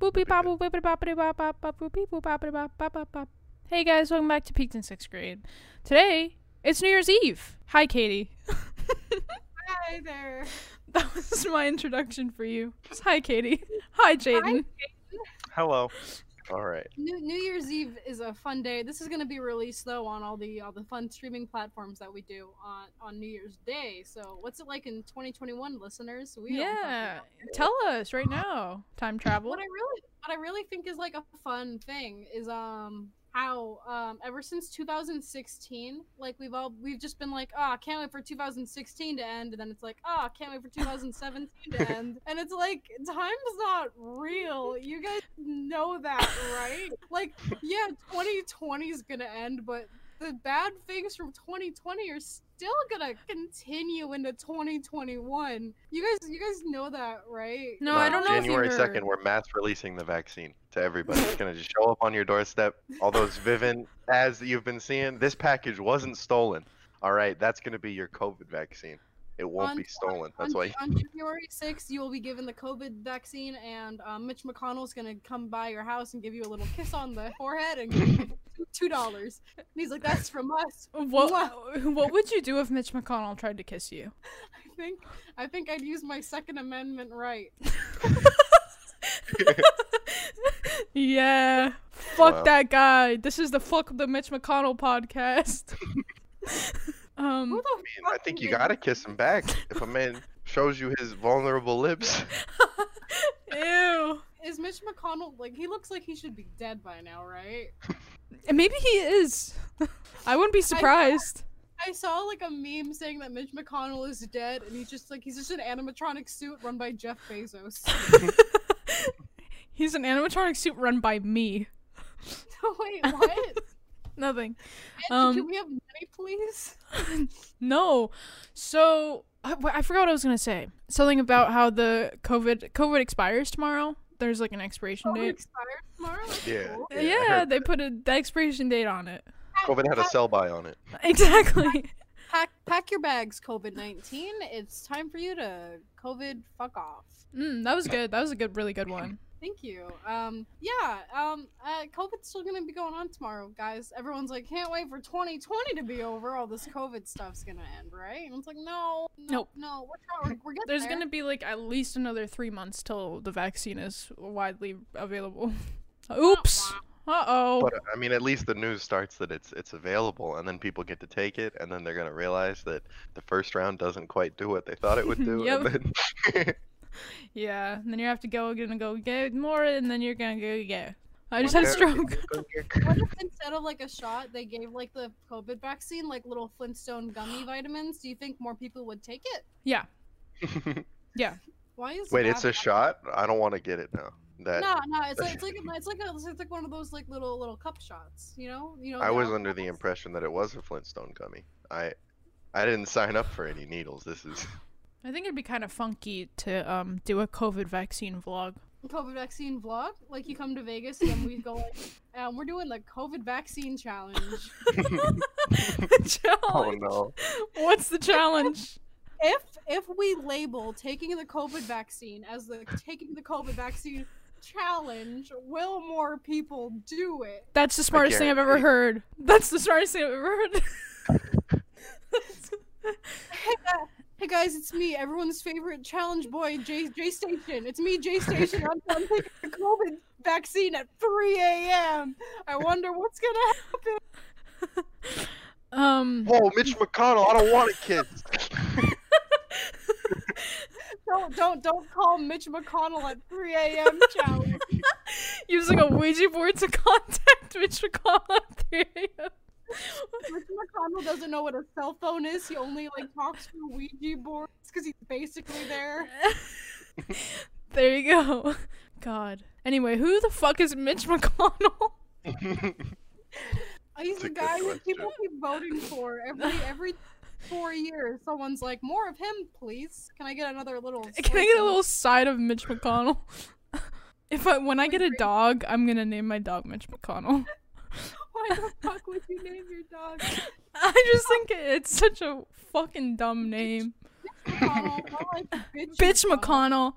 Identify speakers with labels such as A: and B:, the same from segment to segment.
A: Boopy bop boop boopity bop bop bop bop boopy boop bop bop bop bop bop. Hey guys, welcome back to Peaked in Sixth Grade. Today it's New Year's Eve. Hi, Katie.
B: Hi there.
A: That was my introduction for you. Just hi, Katie. Hi, Jaden.
C: Hello. All right.
B: New, New Year's Eve is a fun day. This is going to be released though on all the all the fun streaming platforms that we do on on New Year's Day. So, what's it like in 2021, listeners? We don't fucking
A: Yeah,
B: know.
A: tell us right now. Time travel.
B: What I really what I really think is like a fun thing is um how um ever since 2016, like we've all we've just been like, "Ah, can't wait for 2016 to end." And then it's like, "Ah, can't wait for 2017 to end." And it's like time's not real. You guys know that, right? like, yeah, 2020 is going to end, but the bad things from 2020 are still gonna continue into 2021. You guys, you guys know that, right?
A: No, I
C: On
A: don't know if you
C: January
A: heard.
C: 2nd, we're mass releasing the vaccine to everybody. It's going to just show up on your doorstep. All those Vivin ads that you've been seeing, this package wasn't stolen. All right, that's going to be your COVID vaccine. It won't
B: On-
C: be stolen. That's
B: on,
C: why.
B: on January 6th, you will be given the COVID vaccine, and um, Mitch McConnell's gonna come by your house and give you a little kiss on the forehead and give you two dollars. And he's like, "That's from us."
A: What What would you do if Mitch McConnell tried to kiss you?
B: I think, I think I'd use my Second Amendment right.
A: yeah. Fuck
C: Wow.
A: that guy. This is the fuck the Mitch McConnell podcast.
B: Who
A: um
B: the fuck
C: I think you
B: made
C: got to
B: this?
C: kiss him back if a man shows you his vulnerable lips.
A: ew.
B: Is Mitch McConnell like he looks like he should be dead by now, right?
A: And maybe he is. I wouldn't be surprised.
B: I saw like a meme saying that Mitch McConnell is dead, and he's just like he's just an animatronic suit run by Jeff Bezos.
A: He's an animatronic suit run by me.
B: Wait, what? Angie,
A: Nothing.
B: can
A: Um,
B: we have money, please?
A: No. So I, wh- I forgot what I was gonna say. Something about how the COVID COVID expires tomorrow. There's like an expiration
B: Oh, we
A: date.
B: expire tomorrow. That's
C: Yeah.
B: cool.
C: I
A: Yeah,
C: heard
A: they put a the expiration date on it.
C: COVID had a sell by on it.
A: Exactly.
B: Pack pack your bags, COVID nineteen. It's time for you to COVID fuck off.
A: Mm, that was good. That was a good, really good one.
B: Thank you. Um, yeah. Um, uh, COVID's still gonna be going on tomorrow, guys. Everyone's like, can't wait for 2020 to be over. All this COVID stuff's gonna end, right? And it's like, no, no,
A: Nope.
B: no. We're, trying, we're, we're getting
A: There's
B: there.
A: gonna be like at least another three months till the vaccine is widely available. Oops. Uh oh.
C: But I mean, at least the news starts that it's it's available, and then people get to take it, and then they're gonna realize that the first round doesn't quite do what they thought it would do.
A: Yep.
C: and then
A: Yeah. And then you have to go, gonna go get more, and then you're gonna go get. I just had a
C: Yeah.
A: stroke.
B: What if instead of like a shot, they gave like the COVID vaccine, like little Flintstone gummy vitamins? Do you think more people would take it?
A: Yeah.
B: Why is
C: Wait,
B: that
C: it's a shot? I don't want to get it now. That
B: No, no, it's like, it's like a- it's like a, it's like one of those like little little cup shots, you know? You know.
C: I
B: the
C: was
B: alcohol
C: under the
B: ones?
C: impression that it was a Flintstone gummy. I I didn't sign up for any needles. This is
A: I think it'd be kind of funky to um do a COVID vaccine vlog.
B: COVID vaccine vlog. Like you come to Vegas and then we go like, um, we're doing the COVID vaccine challenge.
C: oh
A: challenge.
C: no.
A: What's the challenge?
B: if if we label taking the COVID vaccine as the taking the COVID vaccine challenge, will more people do it?
A: That's the smartest thing I've ever
C: guarantee.
A: heard. That's the smartest thing I've ever heard.
B: Hey, gu- hey guys, it's me, everyone's favorite challenge boy, J J Station. It's me, J Station. I'm, I'm taking the COVID vaccine at 3 a.m. I wonder what's gonna happen.
A: um.
C: Whoa, Oh, Mitch McConnell! I don't want a kid.
B: Don't don't don't call Mitch McConnell at 3 a.m. challenge.
A: using a Ouija board to contact Mitch McConnell at 3 a.m.
B: Mitch McConnell doesn't know what a cell phone is. He only like talks through Ouija boards because he's basically there.
A: There you go. God. Anyway, who the fuck is Mitch McConnell?
B: He's
C: That's
B: the
C: a good
B: guy that
C: question.
B: people keep voting for every every four years. Someone's like, more of him, please. Can I get another little?
A: Can I get
B: slice
A: a
B: of-
A: little side of Mitch McConnell? If I when I get a dog, I'm gonna name my dog Mitch McConnell.
B: Why the fuck would you name your dog?
A: I just think it's such a fucking dumb name. Oh.
B: McConnell, more like bitch,
A: Bitch McConnell.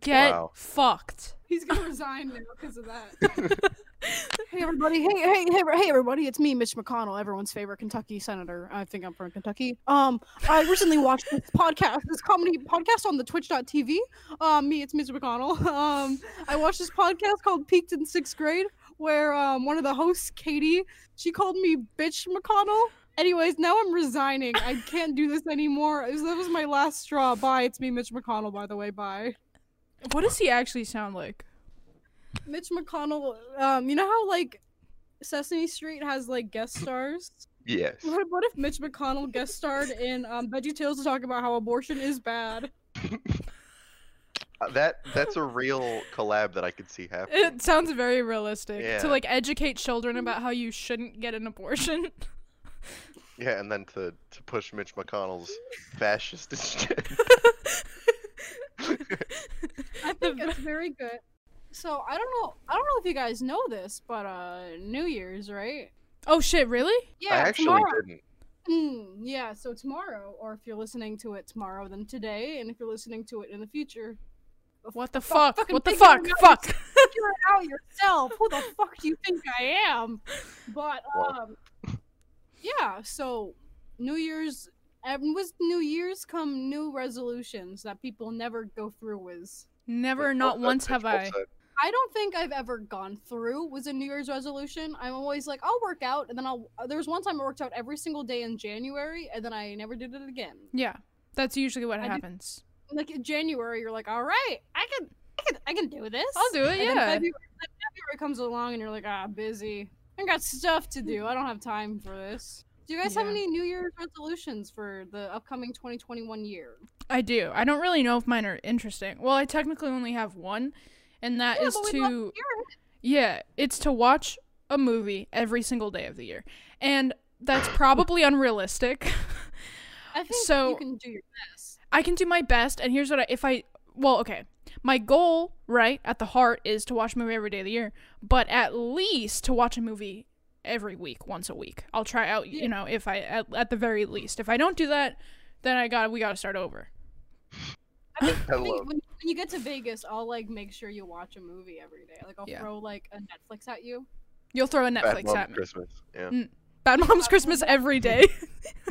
A: Get
C: Wow.
A: fucked.
B: He's gonna resign now because of that. hey everybody! Hey hey hey hey everybody! It's me, Mitch McConnell, everyone's favorite Kentucky senator. I think I'm from Kentucky. Um, I recently watched this podcast, this comedy podcast on the Twitch.tv. Um, me, it's Mitch McConnell. Um, I watched this podcast called Peaked in Sixth Grade, where um one of the hosts, Katie, she called me Bitch McConnell. Anyways, now I'm resigning. I can't do this anymore. This- That was my last straw. Bye. It's me, Mitch McConnell. By the way, bye.
A: What does he actually sound like?
B: Mitch McConnell. Um, you know how like Sesame Street has like guest stars.
C: Yes.
B: What, what if Mitch McConnell guest starred in um, VeggieTales to talk about how abortion is bad?
C: Uh, That that's a real collab that I could see happening.
A: It sounds very realistic
C: Yeah.
A: to like educate children about how you shouldn't get an abortion.
C: Yeah, and then to to push Mitch McConnell's fascist agenda.
B: I think it's very good. So I don't know. I don't know if you guys know this, but uh, New Year's, right?
A: oh shit, really?
B: Yeah,
C: I actually
B: tomorrow.
C: didn't.
B: Mm, yeah, so tomorrow, or if you're listening to it tomorrow, then today, and if you're listening to it in the future,
A: What the fuck?
B: fucking
A: What the
B: figure it
A: fuck? Fuck.
B: out figure it out yourself. Who the fuck do you think I am? But
C: Well.
B: um, yeah. So New Year's ev- was New Year's come new resolutions that people never go through with.
A: Never, not once have I.
B: I don't think I've ever gone through was a New Year's resolution. I'm always like, I'll work out, and then I'll. There was one time I worked out every single day in January, and then I never did it again.
A: Yeah, that's usually what
B: I do-
A: happens.
B: Like in January, you're like, all right, I can, I can, I can do this.
A: I'll do it.
B: And then
A: Yeah.
B: February, then February comes along and you're like, ah, busy. I got stuff to do. I don't have time for this. Do you guys have
A: Yeah.
B: any New Year's resolutions for the upcoming 2021 year?
A: I do. I don't really know if mine are interesting. Well, I technically only have one, and that
B: Yeah,
A: is
B: but we'd love to
A: to
B: hear
A: yeah, it's to watch a movie every single day of the year, and that's probably unrealistic.
B: I think you
A: So-
B: can do your best.
A: I can do my best, and here's what I if I well okay. My goal, right at the heart, is to watch a movie every day of the year, but at least to watch a movie every week, once a week. I'll try out,
B: Yeah.
A: you know, if I at, at the very least. If I don't do that, then I got we got to start over.
B: I think, I
C: Hello.
B: think when, when you get to Vegas, I'll like make sure you watch a movie every day. Like I'll
A: Yeah.
B: throw like a Netflix at you.
A: You'll throw a
C: Bad
A: Netflix
C: Mom
A: at me.
C: Christmas. Yeah.
A: Mm. Bad Moms Christmas every day.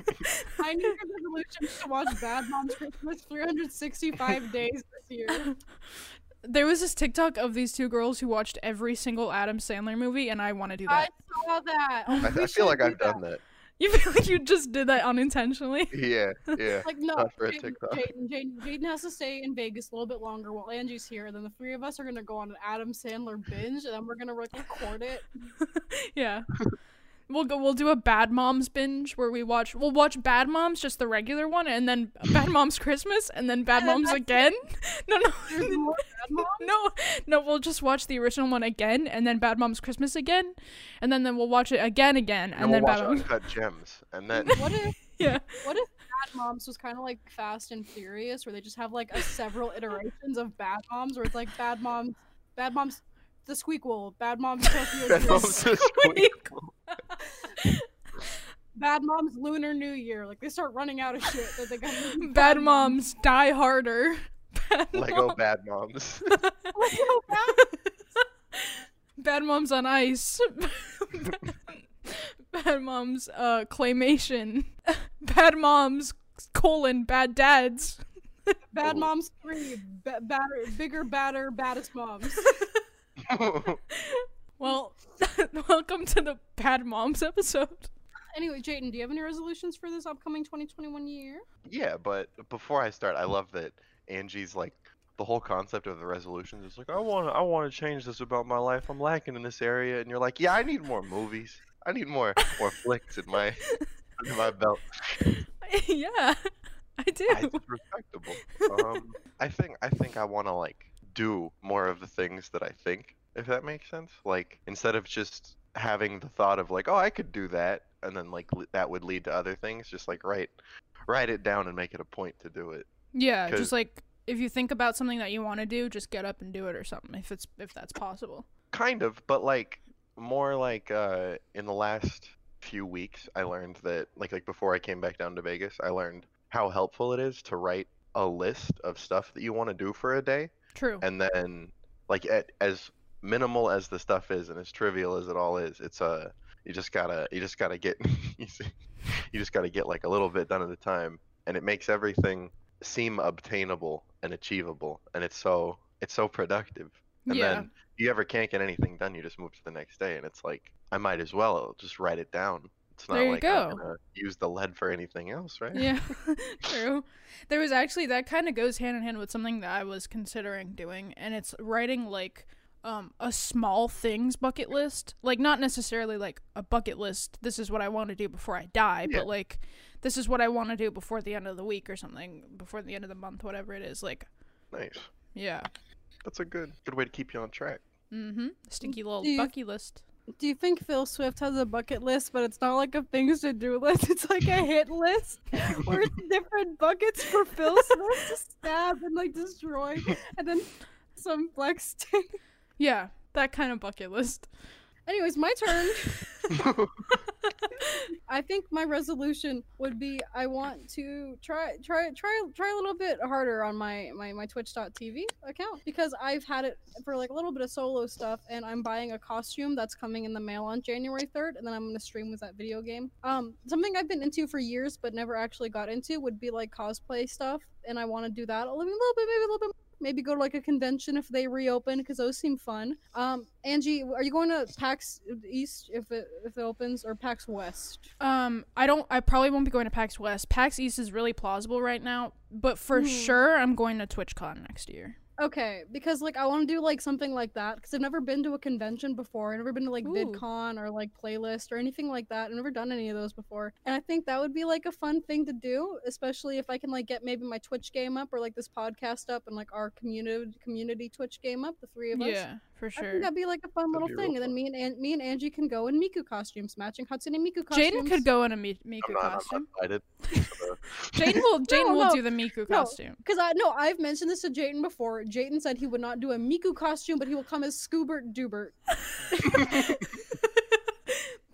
B: My New Year's resolution is to watch Bad Moms Christmas 365 days this year.
A: There was this TikTok of these two girls who watched every single Adam Sandler movie, and I want to do that.
B: I saw that. Oh
C: I,
B: We
C: I feel like
B: should do
C: I've done that.
A: You feel like you just did that unintentionally?
C: Yeah, yeah.
B: Like no,
C: Not for a
B: Jaden,
C: TikTok.
B: Jaden, Jaden, Jaden has to stay in Vegas a little bit longer while Angie's here. And then the three of us are gonna go on an Adam Sandler binge, and then we're gonna like record it.
A: yeah. We'll go. We'll do a Bad Moms binge where we watch. We'll watch Bad Moms, just the regular one, and then Bad Moms Christmas, and then Bad
B: And then
A: Moms
B: that's it.
A: again. No,
B: There's
A: no,
B: more Bad Moms.
A: no, no. We'll just watch the original one again, and then Bad Moms Christmas again, and then then we'll watch it again, again, and
C: And we'll
A: then
C: watch
A: Bad Moms.
C: Uncut Gems, and then
B: What if
A: Yeah.
B: what if Bad Moms was kind of like Fast and Furious, where they just have like a several iterations of Bad Moms, where it's like Bad Moms, Bad Moms, the Squeakquel, Bad Moms
C: Bad
B: Tokyo Drift,
C: Moms Christmas.
B: Bad Moms Lunar New Year. Like they start running out of shit that they got.
A: Bad Moms Die Harder. Bad
C: Lego Bad Moms.
A: Bad Moms on Ice. bad Moms uh, Claymation. Bad Moms colon Bad Dads.
B: Bad
C: Ooh.
B: Moms Three, ba- batter, bigger, badder, baddest moms.
A: Well, welcome to the Bad Moms episode.
B: Anyway, Jayden, do you have any resolutions for this upcoming 2021 year?
C: yeah, but before I start, I love that Angie's like the whole concept of the resolutions is like I want to I want to change this about my life. I'm lacking in this area, and you're like, yeah, I need more movies. I need more more flicks in my under my belt.
A: yeah, I do.
C: I- It's respectable. Um, I think I think I want to like do more of the things that I think, if that makes sense. Like instead of just having the thought of like, oh, I could do that, and then like li- that would lead to other things. Just like write write it down and make it a point to do it.
A: yeah,
C: 'Cause-
A: just like if you think about something that you want to do, just get up and do it or something if it's if that's possible.
C: Kind of, but like more like uh, in the last few weeks, I learned that like like before I came back down to Vegas, I learned how helpful it is to write a list of stuff that you want to do for a day
A: True.
C: and then like at, as minimal as the stuff is and as trivial as it all is it's uh, you just gotta you just gotta get you see- you just gotta get like a little bit done at a time and it makes everything seem obtainable and achievable and it's so it's so productive and
A: yeah.
C: then you ever can't get anything done you just move to the next day and it's like i might as well just write it down it's not
A: There you
C: like
A: go.
C: I'm gonna use the lead for anything else right
A: Yeah, true. There was actually that kind of goes hand in hand with something that I was considering doing, and it's writing like um a small things bucket list. Like not necessarily like a bucket list. This is what I want to do before I die,
C: Yeah.
A: but like this is what I want to do before the end of the week or something, before the end of the month, whatever it is. Like
C: nice
A: yeah,
C: that's a good good way to keep you on track
A: mm-hmm. Stinky little
B: Do you-
A: bucket list.
B: Do you think Phil Swift has a bucket list, but it's not like a things to do list? It's like a hit list where it's different buckets for Phil Swift to stab and like destroy, and then some black stain.
A: Yeah, that kind of bucket list.
B: Anyways, my turn. I think my resolution would be I want to try try try try a little bit harder on my my my twitch.tv account because I've had it for like a little bit of solo stuff and I'm buying a costume that's coming in the mail on January 3rd and then I'm going to stream with that video game. Um something I've been into for years but never actually got into would be like cosplay stuff and I want to do that a little, little bit maybe a little bit Maybe go to like a convention if they reopen because those seem fun. Um, Angie, are you going to PAX East if it if it opens or PAX West?
A: Um, I don't. I probably won't be going to PAX West. PAX East is really plausible right now, but for
B: Mhm.
A: sure, I'm going to TwitchCon next year.
B: Okay, because like I want to do like something like that because I've never been to a convention before. I've never been to like
A: Ooh.
B: VidCon or like playlist or anything like that. I've never done any of those before, and I think that would be like a fun thing to do, especially if I can like get maybe my Twitch game up or like this podcast up and like our community community Twitch game up, the three of us.
A: Yeah, for
B: I
A: sure.
B: think that'd be like a fun
C: That'd
B: little
C: be real
B: thing, and then
C: fun.
B: me and An- me and Angie can go in Miku costumes, matching Hudson and Miku costumes.
A: Jaden could go in a Mi- Miku
C: i'm not
A: costume.
C: i'm not
A: Jaden will. Jaden will
B: no,
A: do the Miku
B: no.
A: costume.
B: Because I no, I've mentioned this to Jayden before. Jayden said he would not do a Miku costume, but he will come as Scoobert Dubert.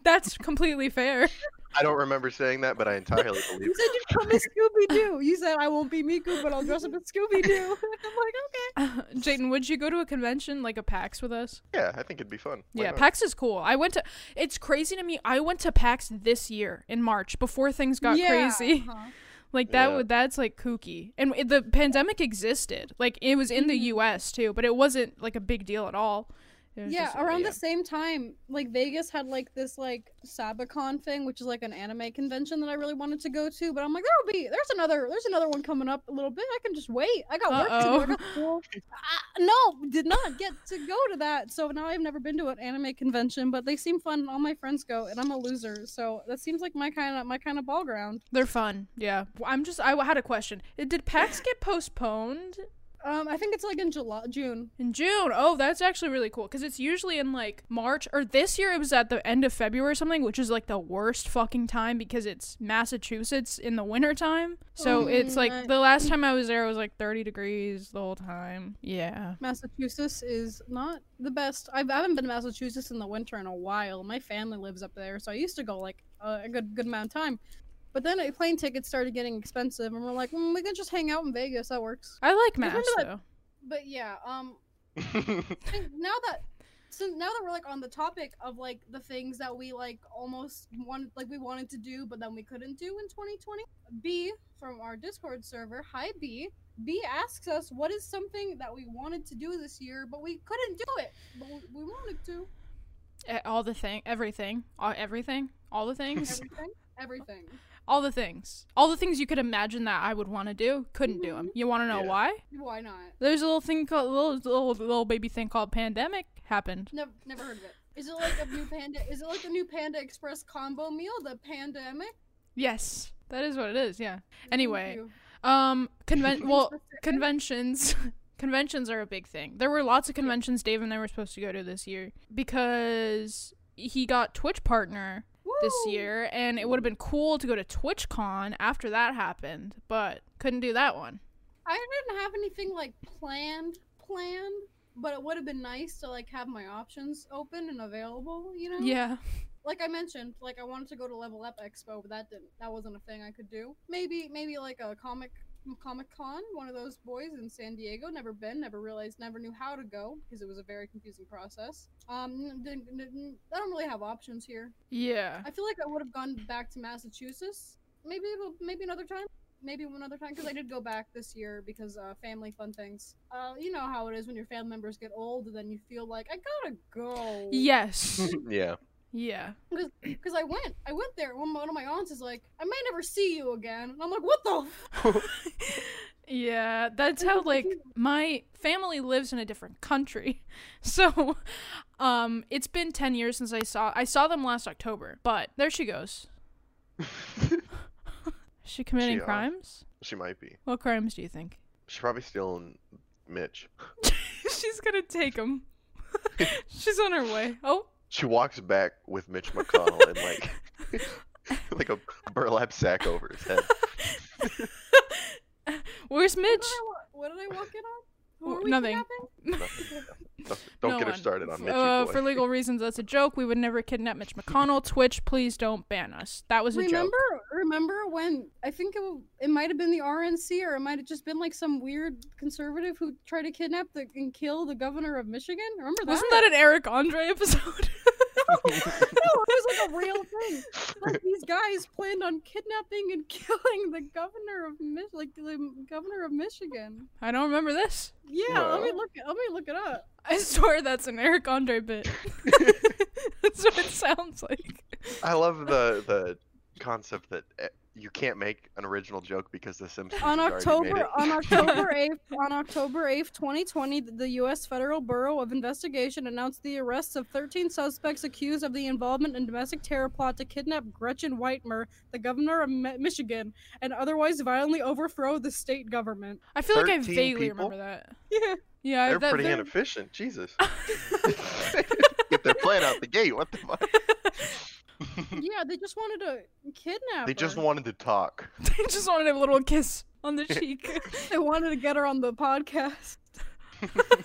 A: That's completely fair.
C: I don't remember saying that, but I entirely believe
B: You said you'd come as Scooby Doo. You said I won't be Miku, but I'll dress up as Scooby Doo. I'm like, okay.
A: Jaden, would you go to a convention like a PAX with us?
C: it. Yeah, I think it'd be fun. Why
A: yeah,
C: not?
A: PAX is cool. I went to. It's crazy to me. I went to PAX this year in March before things got crazy.
B: uh-huh.
A: Like that
C: Yeah.
A: would that's like kooky. And it- the pandemic existed. Like it was in the
B: Mhm.
A: US too, but it wasn't like a big deal at all. It was
B: Yeah,
A: just,
B: around the same time, like Vegas had like this like Sabacon thing, which is like an anime convention that I really wanted to go to, but I'm like, there'll be there's another there's another one coming up a little bit. I can just wait. I got work to do. I got school. I, no, did not get to go to that. So now I've never been to an anime convention, but they seem fun. and All my friends go, and I'm a loser. So that seems like my kind of my kind of ball ground.
A: They're fun. Yeah. I'm just I had a question. Did PAX get postponed
B: Um, I think it's like in July, June.
A: in June? Oh, that's actually really cool cuz it's usually in like March or this year it was at the end of February or something, which is like the worst fucking time because it's Massachusetts in the winter time. So
B: Mhm.
A: it's like the last time I was there it was like 30 degrees the whole time. Yeah.
B: Massachusetts is not the best. I've, I haven't been to Massachusetts in the winter in a while. My family lives up there, so I used to go like a a good good amount of time. But then uh, plane tickets started getting expensive, and we're like, mm, we can just hang out in Vegas. That works.
A: I like
B: Remember
A: Mass
B: that-
A: though.
B: But yeah, um, I think now that since now that we're like on the topic of like the things that we like almost wanted like we wanted to do but then we couldn't do in 2020 b from our discord server hi b b asks us what is something that we wanted to do this year but we couldn't do it but we- we wanted to
A: E- all the thing everything all, everything all the things
B: everything everything
A: all the things all the things you could imagine that i would want to do couldn't do them you want to know
C: Yeah.
A: why
B: why not
A: there's a little thing called little, little little baby thing called pandemic happened
B: never, never heard of it is it like a new panda is it like a new panda express combo meal the pandemic
A: yes that is what it is yeah
B: Thank
A: anyway
B: you.
A: um conven
B: Thanks
A: well
B: for sharing.
A: conventions conventions are a big thing there were lots of conventions dave and i were supposed to go to this year because he got twitch partner this
B: Woo!
A: year and it would have been cool to go to twitchcon after that happened but couldn't do that one
B: I didn't have anything like planned, planned, but it would have been nice to like have my options open and available, you know?
A: yeah
B: Like I mentioned, like I wanted to go to Level Up Expo, but that didn't that wasn't a thing I could do. Maybe maybe like a comic from Comic Con, one of those boys in San Diego, never been, never realized, never knew how to go because it was a very confusing process. Um, n- n- n- n- I don't really have options here.
A: Yeah.
B: I feel like I would have gone back to Massachusetts, maybe maybe another time, maybe one other time because I did go back this year because uh, family fun things. Uh, you know how it is when your family members get old, and then you feel like I gotta go.
A: Yes.
C: yeah.
A: yeah.
B: because I went, I went there. One, one of my aunts is like, I may never see you again, and I'm like, what the? F-?
A: yeah, that's how like my family lives in a different country. So um it's been 10 years since I saw I saw them last October. But there she goes. Is she committing
C: She, uh,
A: crimes?
C: she might be.
A: What crimes do you think?
C: She's probably stealing Mitch.
A: She's going to take them. She's on her way. Oh,
C: She walks back with Mitch McConnell and like like a burlap sack over his head.
A: where's
B: What
A: Mitch?
B: did, I, wa- what did I walk in on? Who
A: Wh-
B: are we
A: nothing.
B: kidnapping?
C: Nothing. Don't, don't
A: No
C: get her
A: one.
C: started on
A: F-
C: Mitch.
A: Uh,
C: boy.
A: for legal reasons, that's a joke. We would never kidnap Mitch McConnell. Twitch, please don't ban us. That was a
B: Remember,
A: joke.
B: remember when I think it, w- it might have been the RNC or it might have just been like some weird conservative who tried to kidnap the, and kill the governor of Michigan. Remember that?
A: Wasn't that an Eric Andre episode?
B: no, it was like a real thing. Like these guys planned on kidnapping and killing the governor of Mich- like the governor of Michigan.
A: I don't remember this.
B: Yeah, let me
C: Well.
B: look. Let me look it up.
A: I swear that's an Eric Andre bit. that's what it sounds like.
C: I love the the concept that eh, you can't make an original joke because The Simpsons
B: on
C: has already made
B: October
C: it.
B: on October eighth on October eighth, twenty twenty, the U.S. Federal Bureau of Investigation announced the arrests of thirteen suspects accused of the involvement in domestic terror plot to kidnap Gretchen Whitmer, the governor of Mi- Michigan, and otherwise violently overthrow the state government.
A: I feel like I
C: 13
A: vaguely
C: people?
A: remember that.
B: Yeah,
A: Yeah, I-
C: They're
A: that,
C: pretty
A: they're-
C: inefficient. Jesus. Get their plan out the gate. What the fuck?
B: yeah, they just wanted to kidnap.
C: They just
B: her.
C: wanted to talk.
A: they just wanted a little kiss on the cheek.
B: they wanted to get her on the podcast.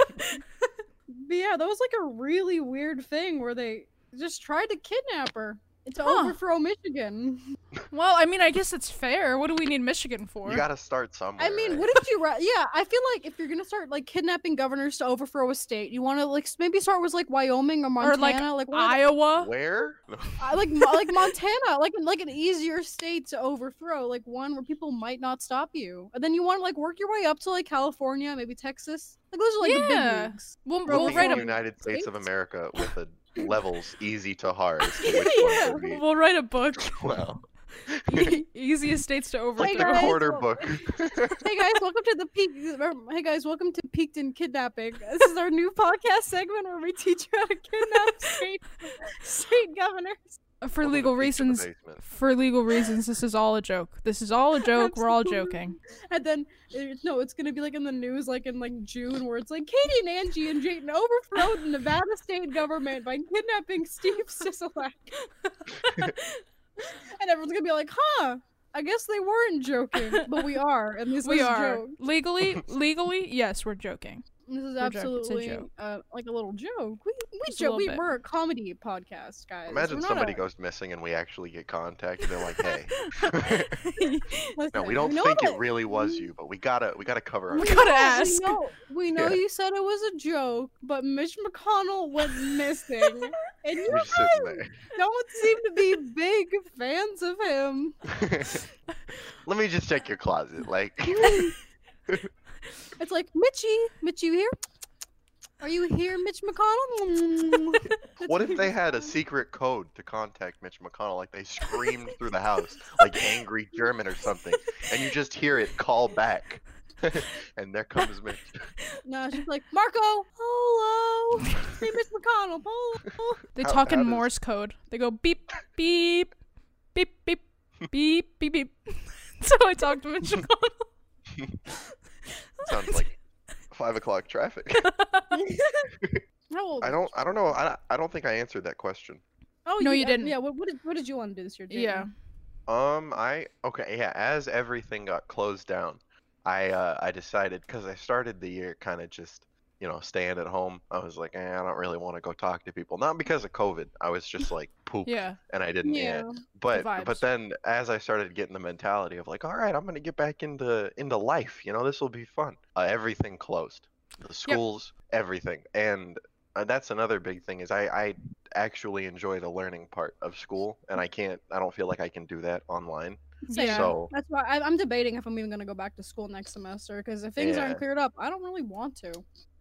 B: But yeah, that was like a really weird thing where they just tried to kidnap her to
A: Huh.
B: overthrow Michigan.
A: well, I mean, I guess it's fair. What do we need Michigan for?
C: You gotta start somewhere.
B: I mean,
C: right?
B: wouldn't you? Ra- yeah, I feel like if you're gonna start like kidnapping governors to overthrow a state, you want to like s- maybe start with like Wyoming or Montana,
A: Or, like,
B: like one of the-
A: Iowa.
C: Where? No.
B: I- like Mo- like Montana, like like an easier state to overthrow, like one where people might not stop you, and then you want to like work your way up to like California, maybe Texas. Like those are like the
A: Yeah.
B: big leagues.
A: We'll,
C: Looking
A: we'll
C: at
A: write
C: the
A: a
C: United States of
B: States?
C: America with a levels easy to hard. as to which one
B: Yeah.
C: would be-
A: we'll write a book.
C: Wow.
A: E- easiest states to
C: Like
A: overthrow.
C: the
B: guys,
C: quarter
B: well-
C: book.
B: Hey guys, welcome to the peak. Hey guys, welcome to Peaked in Kidnapping. This is our new podcast segment where we teach you how to kidnap state state governors.
A: for
C: Welcome to
A: legal
C: Peaks in the
A: reasons,
C: Basement.
A: for legal reasons, this is all a joke. This is all a joke. We're all
B: Absolutely.
A: joking.
B: And then it- no, it's gonna be like in the news, like in like June, where it's like Katie and Angie and Jayden overthrow the Nevada state government by kidnapping Steve Sisolak. and everyone's gonna be like, "Huh? I guess they weren't joking, but we are." And this
A: We
B: was a
A: are
B: joke.
A: legally, legally, yes, we're joking.
B: This is
A: We're joking. It's a
B: absolutely
A: joke.
B: uh, like a little joke. We we
A: Just a little
B: joke. We,
A: bit.
B: we're a comedy podcast, guys.
C: Imagine
B: We're not
C: somebody
B: a-
C: goes missing and we actually get contacted. They're like, "Hey, no,
B: Listen,
C: we don't
B: know
C: think
B: that-
C: it really was you, but we gotta, we gotta cover
A: we
C: our."
A: gotta
B: Yeah,
A: ask.
B: We know, we know
C: Yeah.
B: you said it was a joke, but Mitch McConnell went missing, and you
C: We're just sitting
B: don't seem to be big fans of him.
C: there. Let me just check your closet. Like,
B: It's like Mitchy, Mitch, you here? Are you here, Mitch McConnell? That's
C: what if they had a
B: response.
C: secret code to contact Mitch McConnell? Like they screamed through the house, like angry German or something, and you just hear it call back, and there comes Mitch.
B: No, she's like Marco. Polo. Hey, Mitch McConnell. Polo.
A: They
C: How-
A: talk
C: how
A: in
C: does-
A: Morse code. They go beep, beep, beep, beep, beep, beep, beep. so I talked to Mitch McConnell.
C: Sounds like five o'clock traffic.
B: How old?
C: I
B: is
C: don't, I don't know. I, I don't think I answered that question.
B: Oh,
A: No, you
B: uh,
A: didn't.
B: Yeah. What, what did What did you want to do this year? Jamie?
A: yeah.
C: Um, I okay, yeah. As everything got closed down, I uh, I decided because I started the year kind of just you know, staying at home, I was like, eh, I don't really want to go talk to people. Not because of COVID. I was just like poop
A: Yeah.
C: and I didn't yeah. But
A: vibes.
C: but then as I started getting the mentality of like, all right, I'm gonna get back into into life. You know, this will be fun. Uh, everything closed, the schools, everything, and uh, that's another big thing is I I actually enjoy the learning part of school, and I can't I don't feel like I can do that online.
B: Same.
A: Yeah.
C: So
B: That's why I, I'm debating if I'm even gonna go back to school next semester because if things
C: Yeah.
B: aren't cleared up, I don't really want to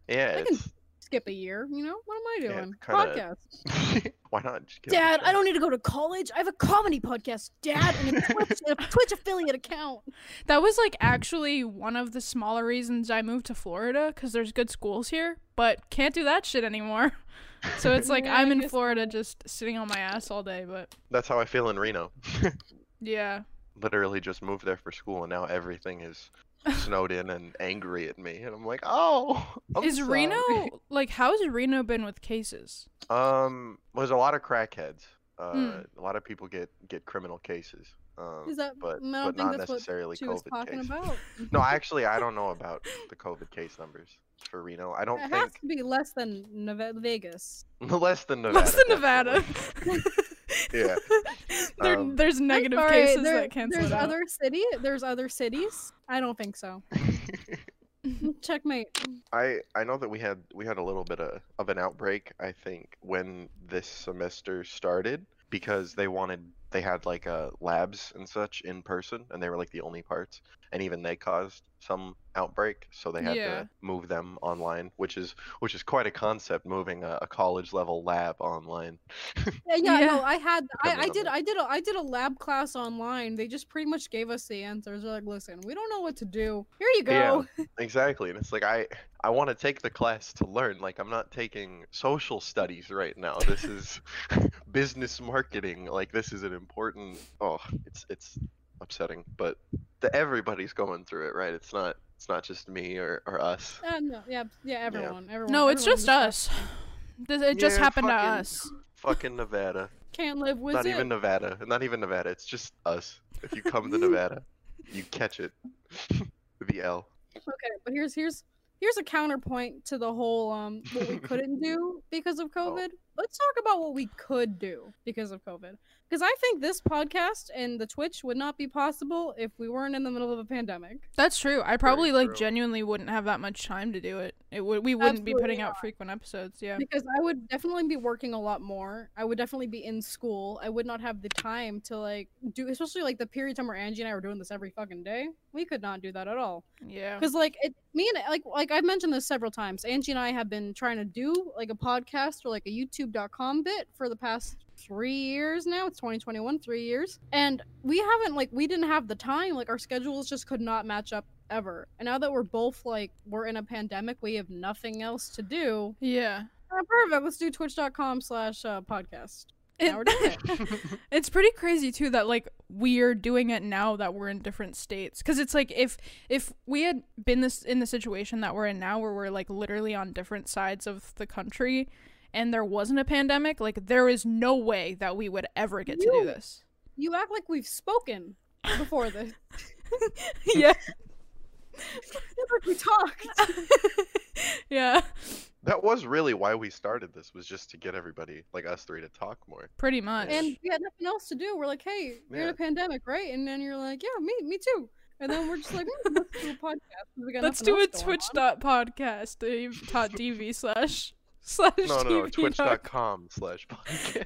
C: yeah,
B: I can-
C: it's,
B: skip a year. You know what am I
C: Yeah,
B: doing?
C: kinda-
B: Podcast.
C: why not? Just give it a
B: Dad, I
C: shot?
B: don't need to go to college. I have a comedy podcast, Dad, and a Twitch, a Twitch affiliate account.
A: That was like actually one of the smaller reasons I moved to Florida because there's good schools here, but can't do that shit anymore. So it's like
B: Yeah,
A: I'm
B: I
A: in
B: guess-
A: Florida just sitting on my ass all day, but
C: That's how I feel in Reno.
A: yeah.
C: Literally just moved there for school, and now everything is snowed in and angry at me, and I'm like, oh, I'm
A: is
C: sorry."
A: Reno like how's Reno been with cases?
C: Um, was a lot of crackheads. Uh,
A: Hmm.
C: a lot of people get get criminal cases. Um,
B: Is that?
C: but,
B: I don't
C: but
B: think
C: not
B: that's what
C: necessarily
B: she was
C: COVID
B: talking
C: cases.
B: about.
C: No, actually, I don't know about the COVID case numbers for Reno. I don't
B: It has
C: think
B: to be less than Neva- Vegas.
C: less than Nevada.
A: Less than Nevada.
C: definitely. Yeah.
A: there,
C: Um,
A: there's
B: I'm
A: negative
B: sorry,
A: cases
B: there-
A: that cancel
B: There's
A: it out.
B: other city. There's other cities. I don't think so. Checkmate.
C: I I know that we had we had a little bit of, of an outbreak. I think when this semester started because they wanted they had like uh, labs and such in person, and they were like the only parts, and even they caused some outbreak, so they had
A: Yeah.
C: to move them online, which is which is quite a concept moving a, a college level lab online.
B: Yeah, yeah,
A: Yeah.
B: no, I had,
C: Come
B: I, I
C: on,
B: did,
C: man.
B: I did, a, I did a lab class online. They just pretty much gave us the answers. They're like, listen, we don't know what to do. Here you go.
C: Yeah. Exactly, and it's like I I want to take the class to learn. Like I'm not taking social studies right now. This is business marketing. Like this is an important. Oh, it's it's upsetting, but the, everybody's going through it, right? It's not it's not just me or, or us.
B: Uh, no, yeah, yeah, everyone, everyone.
A: No, it's
B: everyone
A: just us. This- It just
C: Yeah,
A: happened to
C: fucking-
A: us.
C: Fucking Nevada.
B: Can't live with
C: not
B: it.
C: even Nevada. Not even Nevada. It's just us. If you come to Nevada, you catch it. the L.
B: Okay, but here's here's here's a counterpoint to the whole um what we couldn't do because of
C: Oh.
B: COVID. Let's talk about what we could do because of COVID. Because I think this podcast and the Twitch would not be possible if we weren't in the middle of a pandemic.
A: That's true. I probably like
C: true.
A: genuinely wouldn't have that much time to do it. It would we wouldn't be
B: Absolutely
A: putting out frequent episodes. Yeah.
B: because I would definitely be working a lot more. I would definitely be in school. I would not have the time to like do, especially like the period time where Angie and I were doing this every fucking day. We could not do that at all.
A: Yeah.
B: Because like it, me and like like I've mentioned this several times. Angie and I have been trying to do like a podcast or like a YouTube.com bit for the past three years now. It's 2021, three years, and we haven't like we didn't have the time. Like our schedules just could not match up ever. And now that we're both like we're in a pandemic, we have nothing else to do.
A: Yeah.
B: Uh, perfect. Let's do twitch.com slash uh, podcast. Now we're doing
A: It- it's pretty crazy too that like we're doing it now that we're in different states because it's like if if we had been this in the situation that we're in now where we're like literally on different sides of the country and there wasn't a pandemic like there is no way that we would ever get to do
B: You-
A: this
B: You act like we've spoken before this.
A: yeah
B: It's like we talked.
A: yeah
C: That was really why we started this. Was just to get everybody like us three to talk more.
A: pretty much
B: And we had nothing else to do. We're like, hey, you're in
C: Yeah.
B: a pandemic, right? And then you're like, yeah, me, me too. And then we're just like, hmm, let's do a podcast. 'cause We got
A: let's
B: nothing
A: do a
B: else going
A: twitch
B: on.
A: dot podcast dot dv slash slash
C: No, no, no.
A: TV
C: Twitch.com slash podcast.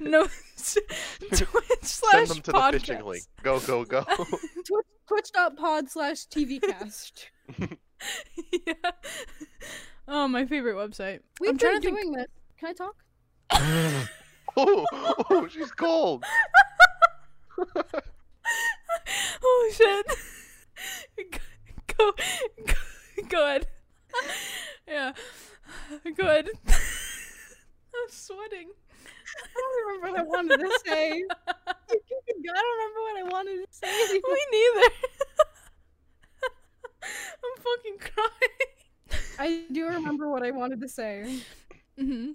A: no twitch slash
C: Send them to
A: podcast.
C: the phishing link. Go, go, go.
B: Twitch, twitch.pod slash tvcast.
A: yeah. Oh, my favorite website.
B: We've
A: I'm trying
B: been
A: to think.
B: doing this. Can I talk?
C: oh, oh, she's cold.
A: Oh shit. go, go, good. yeah. Good. I'm sweating.
B: I don't remember what I wanted to say. I don't remember what I wanted to say.
A: Me neither. I'm fucking crying.
B: I do remember what I wanted to say.
A: hmm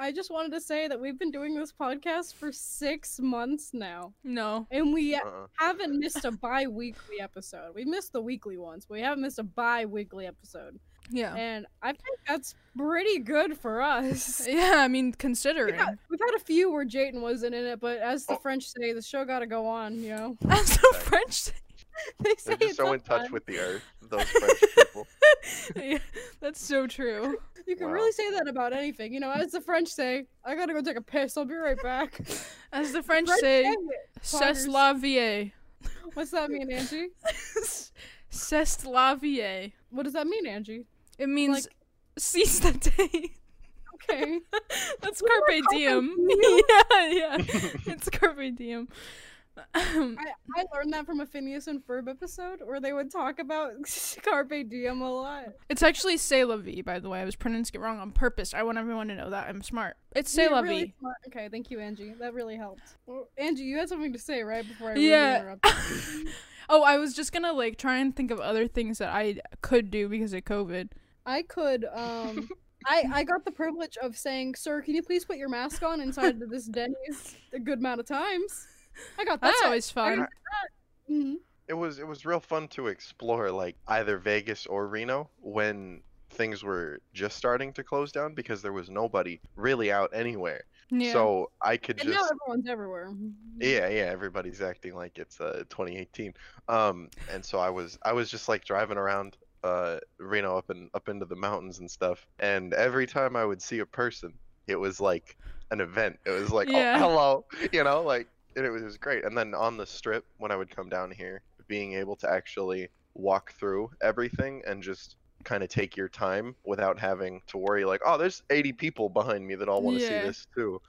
B: I just wanted to say that we've been doing this podcast for six months now,
A: No.
B: and we
C: Uh-uh.
B: haven't missed a bi-weekly episode. We missed the weekly ones, but we haven't missed a bi-weekly episode.
A: Yeah.
B: And I think that's pretty good for us.
A: Yeah, I mean,
B: We've
A: considering.
B: had, we've had a few where Jayden wasn't in it, but as the
C: Oh.
B: French say, the show gotta go on, you know?
A: I'm so French.
B: they say
C: They're just
B: it
C: so in touch
B: sometimes.
C: with the earth, those French people.
A: yeah, that's so true.
B: You can
C: Wow.
B: really say that about anything. You know, as the French say, I gotta go take a piss. I'll be right back.
A: As the French
B: French
A: say,
B: it.
A: c'est
B: poggers.
A: la vie.
B: What's that mean, Angie?
A: c'est la vie.
B: What does that mean, Angie?
A: It means
B: Like-
A: seize the day.
B: Okay.
A: That's
B: We were
A: carpe
B: carpe
A: diem.
B: diem.
A: yeah, yeah. It's carpe diem. Um,
B: I, I learned that from a Phineas and Ferb episode where they would talk about Carpe Diem a lot.
A: it's actually say la vie, by the way. I was pronouncing it wrong on purpose. I want everyone to know that. I'm smart. It's say
B: You're
A: la
B: really
A: vie.
B: smart. Okay, thank you, Angie. That really helped. Well, Angie, you had something to say right before I
A: Yeah.
B: really interrupted.
A: oh, I was just gonna like try and think of other things that I could do because of COVID.
B: I could. um I, I got the privilege of saying, "Sir, can you please put your mask on inside of this Denny's?" A good amount of times. I got that.
A: That's always fun.
B: Mhm.
C: it was it was real fun to explore like either Vegas or Reno when things were just starting to close down because there was nobody really out anywhere.
A: Yeah.
C: So I could
B: And now
C: just
B: everyone's everywhere.
C: yeah, yeah, everybody's acting like it's uh 2018. Um and so I was I was just like driving around uh Reno up and up into the mountains and stuff and every time I would see a person it was like an event. It was like
A: Yeah.
C: oh hello, you know, like and it was, it was great. And then on the strip when I would come down here being able to actually walk through everything and just kind of take your time without having to worry like oh there's 80 people behind me that all want to
A: Yeah.
C: see this too.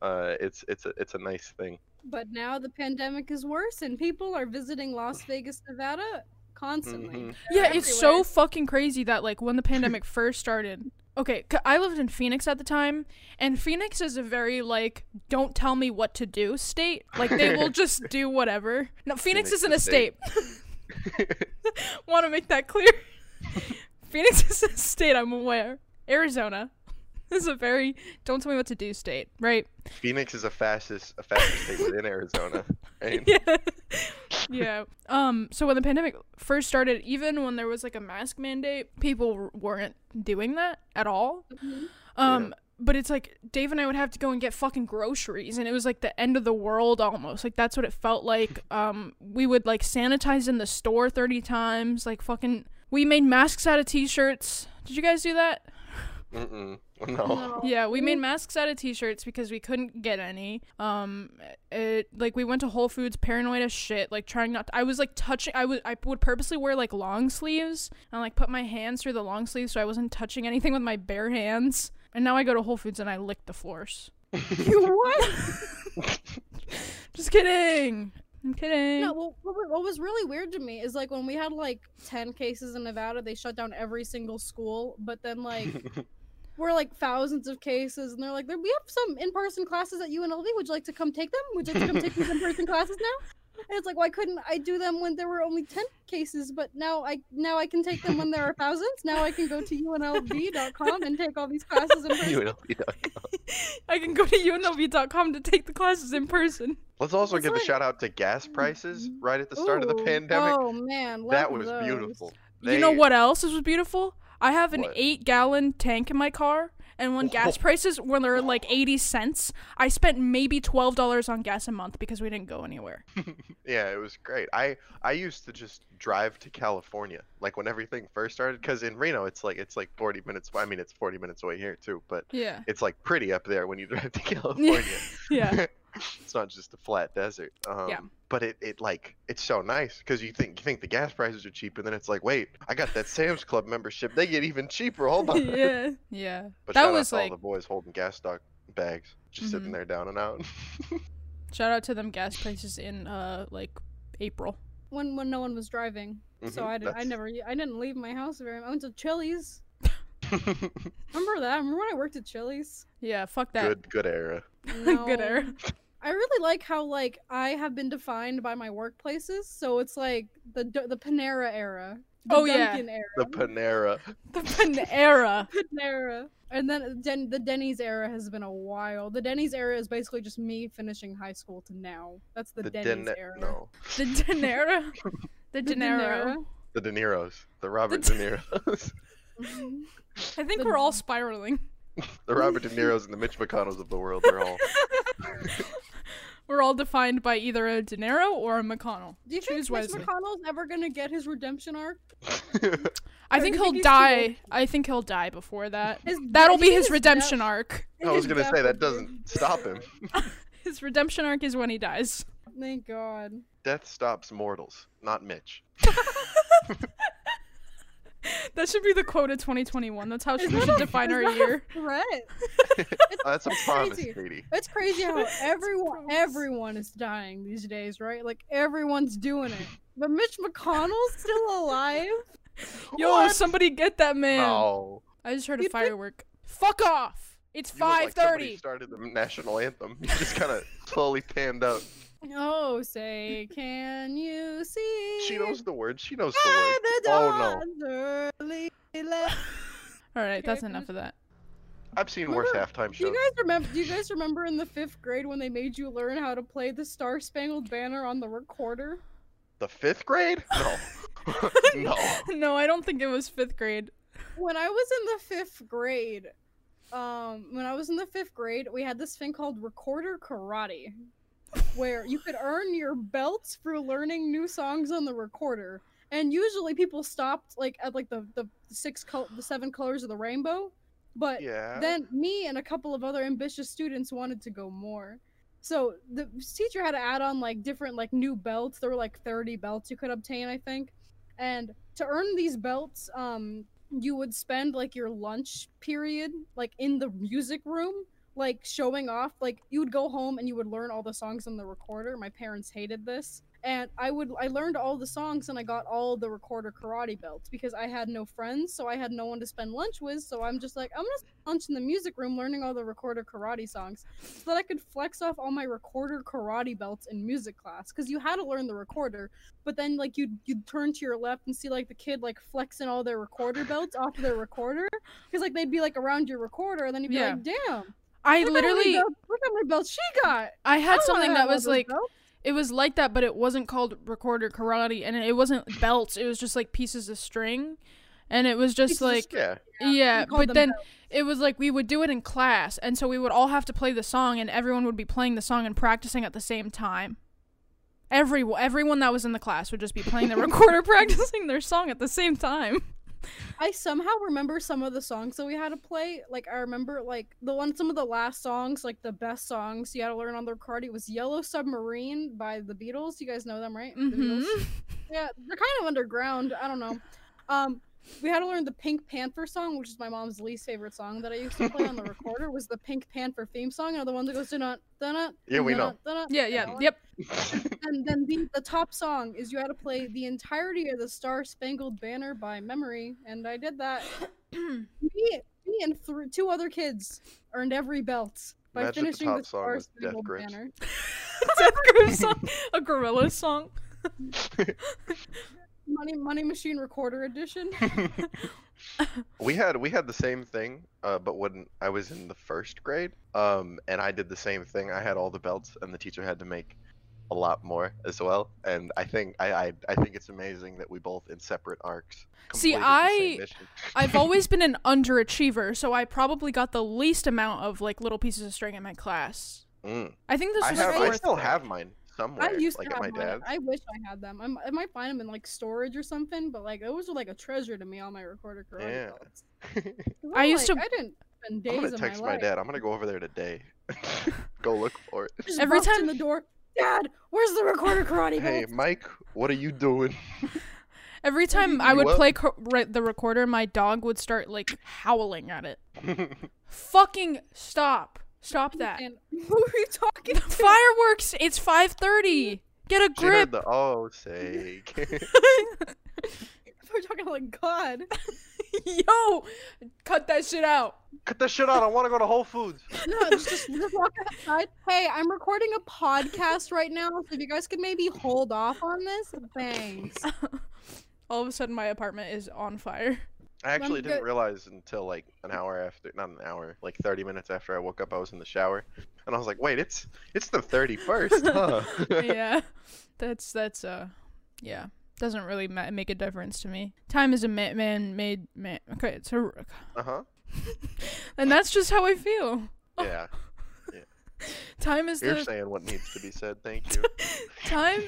C: Uh, it's it's a, it's a nice thing.
B: But now the pandemic is worse, and people are visiting Las Vegas, Nevada constantly.
C: Mhm.
A: Yeah,
B: They're
A: it's so
B: everywhere.
A: fucking crazy that like when the pandemic first started. Okay, 'cause I lived in Phoenix at the time, and Phoenix is a very like don't tell me what to do state. Like they will just do whatever. No, Phoenix,
C: Phoenix
A: isn't
C: is
A: a state.
C: state.
A: Want to make that clear? Phoenix is a state. I'm aware. Arizona is a very don't tell me what to do state, right?
C: Phoenix is a fastest a fastest state within Arizona. right?
A: yeah. yeah. Um. So when the pandemic first started, even when there was like a mask mandate, people w- weren't doing that at all.
B: Mhm.
A: Um. But it's like Dave and I would have to go and get fucking groceries, and it was like the end of the world almost. Like that's what it felt like. Um. We would like sanitize in the store thirty times. Like fucking. We made masks out of t-shirts. Did you guys do that?
C: Mm-mm. No.
B: No.
A: Yeah, we made
B: Mm.
A: masks out of t-shirts because we couldn't get any. Um it like we went to Whole Foods paranoid as shit, like trying not I was like touching I would I would purposely wear like long sleeves and like put my hands through the long sleeves so I wasn't touching anything with my bare hands. And now I go to Whole Foods and I lick the floors.
B: You what?
A: Just kidding. I'm kidding.
B: No, well, what wa- what was really weird to me is like when we had like 10 cases in Nevada, they shut down every single school, but then like we're like thousands of cases, and they're like, "There- we have some in person classes at UNLV. Would you like to come take them? Would you like to come take these in person classes now? And it's like, why couldn't I do them when there were only 10 cases? But now I now I can take them when there are thousands. Now I can go to unlv.com and take all these classes in person.
C: You know, you know.
A: I can go to unlv.com to take the classes in person.
C: Let's also
B: It's
C: give
B: like-
C: a shout out to gas prices right at the start of the
B: Mm-hmm. Ooh,
C: pandemic.
B: Oh man,
C: that
B: love
C: was
B: those.
C: beautiful.
A: you know
C: They-
A: what else is beautiful? I have an
C: What? Oh.
A: eight gallon tank in my car, and when gas prices when they're like eighty cents, I spent maybe twelve dollars on gas a month because we didn't go anywhere.
C: Yeah, it was great. I I used to just drive to California like when everything first started cuz in Reno it's like it's like 40 minutes I mean it's 40 minutes away here too, but
A: Yeah,
C: it's like pretty up there when you drive to California.
A: yeah,
C: it's not just a flat desert. Um,
A: Yeah.
C: But it, it like it's so nice because you think you think the gas prices are cheap, and then it's like, wait, I got that Sam's Club membership. They get even cheaper. Hold on.
A: yeah, yeah.
C: But
A: That
C: shout
A: was
C: out to
A: like-
C: all the boys holding gas stock bags, just
A: Mhm.
C: sitting there down and out.
A: Shout out to them gas prices in uh like April.
B: when when no one was driving. So
C: Mhm,
B: I did, I
C: that's-
B: never I didn't leave my house very. I went to Chili's. Remember that? Remember when I worked at Chili's?
A: Yeah, fuck that.
C: good good era.
A: Good
B: No.
A: air.
B: I really like how like I have been defined by my workplaces. So it's like the D- the Panera era. The
A: Oh, yeah.
B: Dunkin' era.
C: The Panera.
A: The Panera.
B: Panera. And then Den- the Denny's era has been a while. The Denny's era is basically just me finishing high school to now. That's the,
C: The,
B: Denny's
C: Den-
B: era.
C: no.
A: The Denera. The
B: The Denera.
A: Denero.
C: The De Niro's. The Robert
A: De-
C: De Niro's.
B: Mm-hmm.
A: I think
B: The-
A: we're all spiraling.
C: The Robert De Niro's and the Mitch McConnells of the world, they're all.
A: We're all defined by either a De Niro or a McConnell.
B: Do you
A: Choose
B: think Mitch
A: wisely.
B: McConnell's ever gonna get his redemption arc?
A: I
B: Or
A: think
B: do you
A: he'll
B: think he's too old?
A: die. I think he'll die before that.
B: His-
A: That'll
B: I
A: be
B: think
A: his redemption arc.
B: death-
C: I was gonna
B: death
C: say that
B: would be-
C: doesn't stop him.
A: His redemption arc is when he dies.
B: Thank God.
C: Death stops mortals, not Mitch.
A: That should be the quote of 2021. That's how
B: Is
A: we
B: that
A: should
B: a-
A: define
B: is
A: our
B: that a
A: year.
B: Threat.
C: Oh, that's a promise,
B: crazy.
C: Katie.
B: It's crazy how
A: It's
B: everyone
A: gross.
B: everyone is dying these days, right? Like everyone's doing it. But Mitch McConnell's still alive.
A: Yo,
C: What? Oh,
A: somebody get that man.
C: No.
A: I just heard a
B: You'd think-
A: firework. Fuck off! It's
C: You look like
A: five
C: somebody
A: thirty.
C: started the national anthem. You just kind of slowly panned out.
B: Oh, say, can you see?
C: She knows the words. She knows the
B: by
C: words.
B: the
C: Oh no.
B: dawn's early light?
A: All right, that's
B: Okay,
A: enough of that.
C: I've seen worse
B: Remember-
C: halftime
B: Do you
C: shows.
B: guys remember? Do you guys remember in the fifth grade when they made you learn how to play the Star Spangled Banner on the recorder?
C: The fifth grade? No. no.
A: no, I don't think it was fifth grade.
B: When I was in the fifth grade, um, when I was in the fifth grade, we had this thing called recorder karate, where you could earn your belts for learning new songs on the recorder. And usually, people stopped like at like the the six col- the seven colors of the rainbow, but
C: Yeah.
B: then me and a couple of other ambitious students wanted to go more so the teacher had to add on like different like new belts there were like 30 belts you could obtain i think and to earn these belts um you would spend like your lunch period like in the music room like showing off like you would go home and you would learn all the songs on the recorder my parents hated this and i would i learned all the songs and i got all the recorder karate belts because i had no friends so i had no one to spend lunch with so i'm just like i'm gonna spend lunch in the music room learning all the recorder karate songs so that i could flex off all my recorder karate belts in music class because you had to learn the recorder but then like you'd you'd turn to your left and see like the kid like flexing all their recorder belts off of their recorder because like they'd be like around your recorder and then you'd be
A: Yeah.
B: like damn
A: I
B: Look how many
A: literally,
B: belts- look how many belts she got.
A: I
B: I
A: had
B: wanna
A: something
B: have
A: that
B: all
A: was
B: those
A: like,
B: belts.
A: it was like that, but it wasn't called recorder karate, and it wasn't belts. It was just like pieces of string, and it was just
B: Pieces of
A: like,
C: Yeah.
A: yeah.
B: we called
A: But
B: them
A: then it was like we would do it in class, and so we would all have to play the song, and everyone would be playing the song and practicing at the same time. Every everyone that was in the class would just be playing the recorder, practicing their song at the same time.
B: I somehow remember some of the songs that we had to play. Like I remember like the one some of the last songs, like the best songs you had to learn on the Ricardi was Yellow Submarine by the Beatles. You guys know them, right? The
A: hmm
B: Beatles. Yeah, they're kind of underground. I don't know. Um, we had to learn the Pink Panther song, which is my mom's least favorite song that I used to play on the recorder. Was the Pink Panther theme song, and the one that goes dun dun
C: Yeah, we know.
A: Yeah, yeah, yep.
B: and then the, the top song is you had to play the entirety of the Star Spangled Banner by memory, and I did that. me, me and th- two other kids earned every belt by
C: Imagine if the
B: finishing the,
C: top song
B: Star
C: was Death
B: Spangled
C: Grips.
B: Banner.
A: Death Grips song, a gorilla song.
B: Money, Money Machine Recorder Edition.
C: we had we had the same thing, uh, but when I was in the first grade, um, and I did the same thing. I had all the belts, and the teacher had to make a lot more as well. And I think I I, I think it's amazing that we both in separate arcs.
A: See,
C: completed the same
A: I-
C: mission.
A: I've always been an underachiever, so I probably got the least amount of like little pieces of string in my class.
C: Mm.
A: I think this
C: I
A: was
C: have I
A: fourth
C: still
A: grade.
C: have mine somewhere,
B: I used
C: like
B: to
C: at
B: have
C: my
B: mine.
C: dad's.
B: I wish I had them. I'm, I might find them in like storage or something, but like those were like a treasure to me on my recorder. Karate
C: Yeah.
B: belts.
C: I'm
B: 'Cause
A: I
B: I'm
A: used
B: like,
A: to-
B: I didn't spend days
C: gonna
B: of
C: text
B: my
C: my
B: life.
C: dad. I'm gonna go over there today. go look for it.
B: Just
A: Every
B: walked
A: time-
B: in the door, Dad, where's the recorder karate?
C: Hey,
B: belts?"
C: Mike, what are you doing?
A: Every time I
C: you
A: would
C: up?
A: play co- re- the recorder, my dog would start like howling at it. Fucking stop! Stop that!
B: And who are you talking to?
A: Fireworks! It's five thirty. Get a
C: She heard
A: grip.
C: the oh say.
B: We're talking to, like God.
A: Yo, cut that shit out.
C: Cut that shit out. I want to go to Whole Foods.
B: No, just, just just walk outside. Hey, I'm recording a podcast right now, so if you guys could maybe hold off on this, thanks.
A: All of a sudden, my apartment is on fire.
C: I actually
B: go-
C: didn't realize until like an hour after, not an hour, like 30 minutes after I woke up, I was in the shower, and I was like, wait, it's it's the 31st, huh?
A: yeah, that's that's uh, yeah. Doesn't really ma- make a difference to me. Time is a ma- man made man. Okay, so
C: Uh huh.
A: and that's just how I feel.
C: Yeah.
A: Time is
C: You're
A: the
C: saying what needs to be said. Thank you.
A: time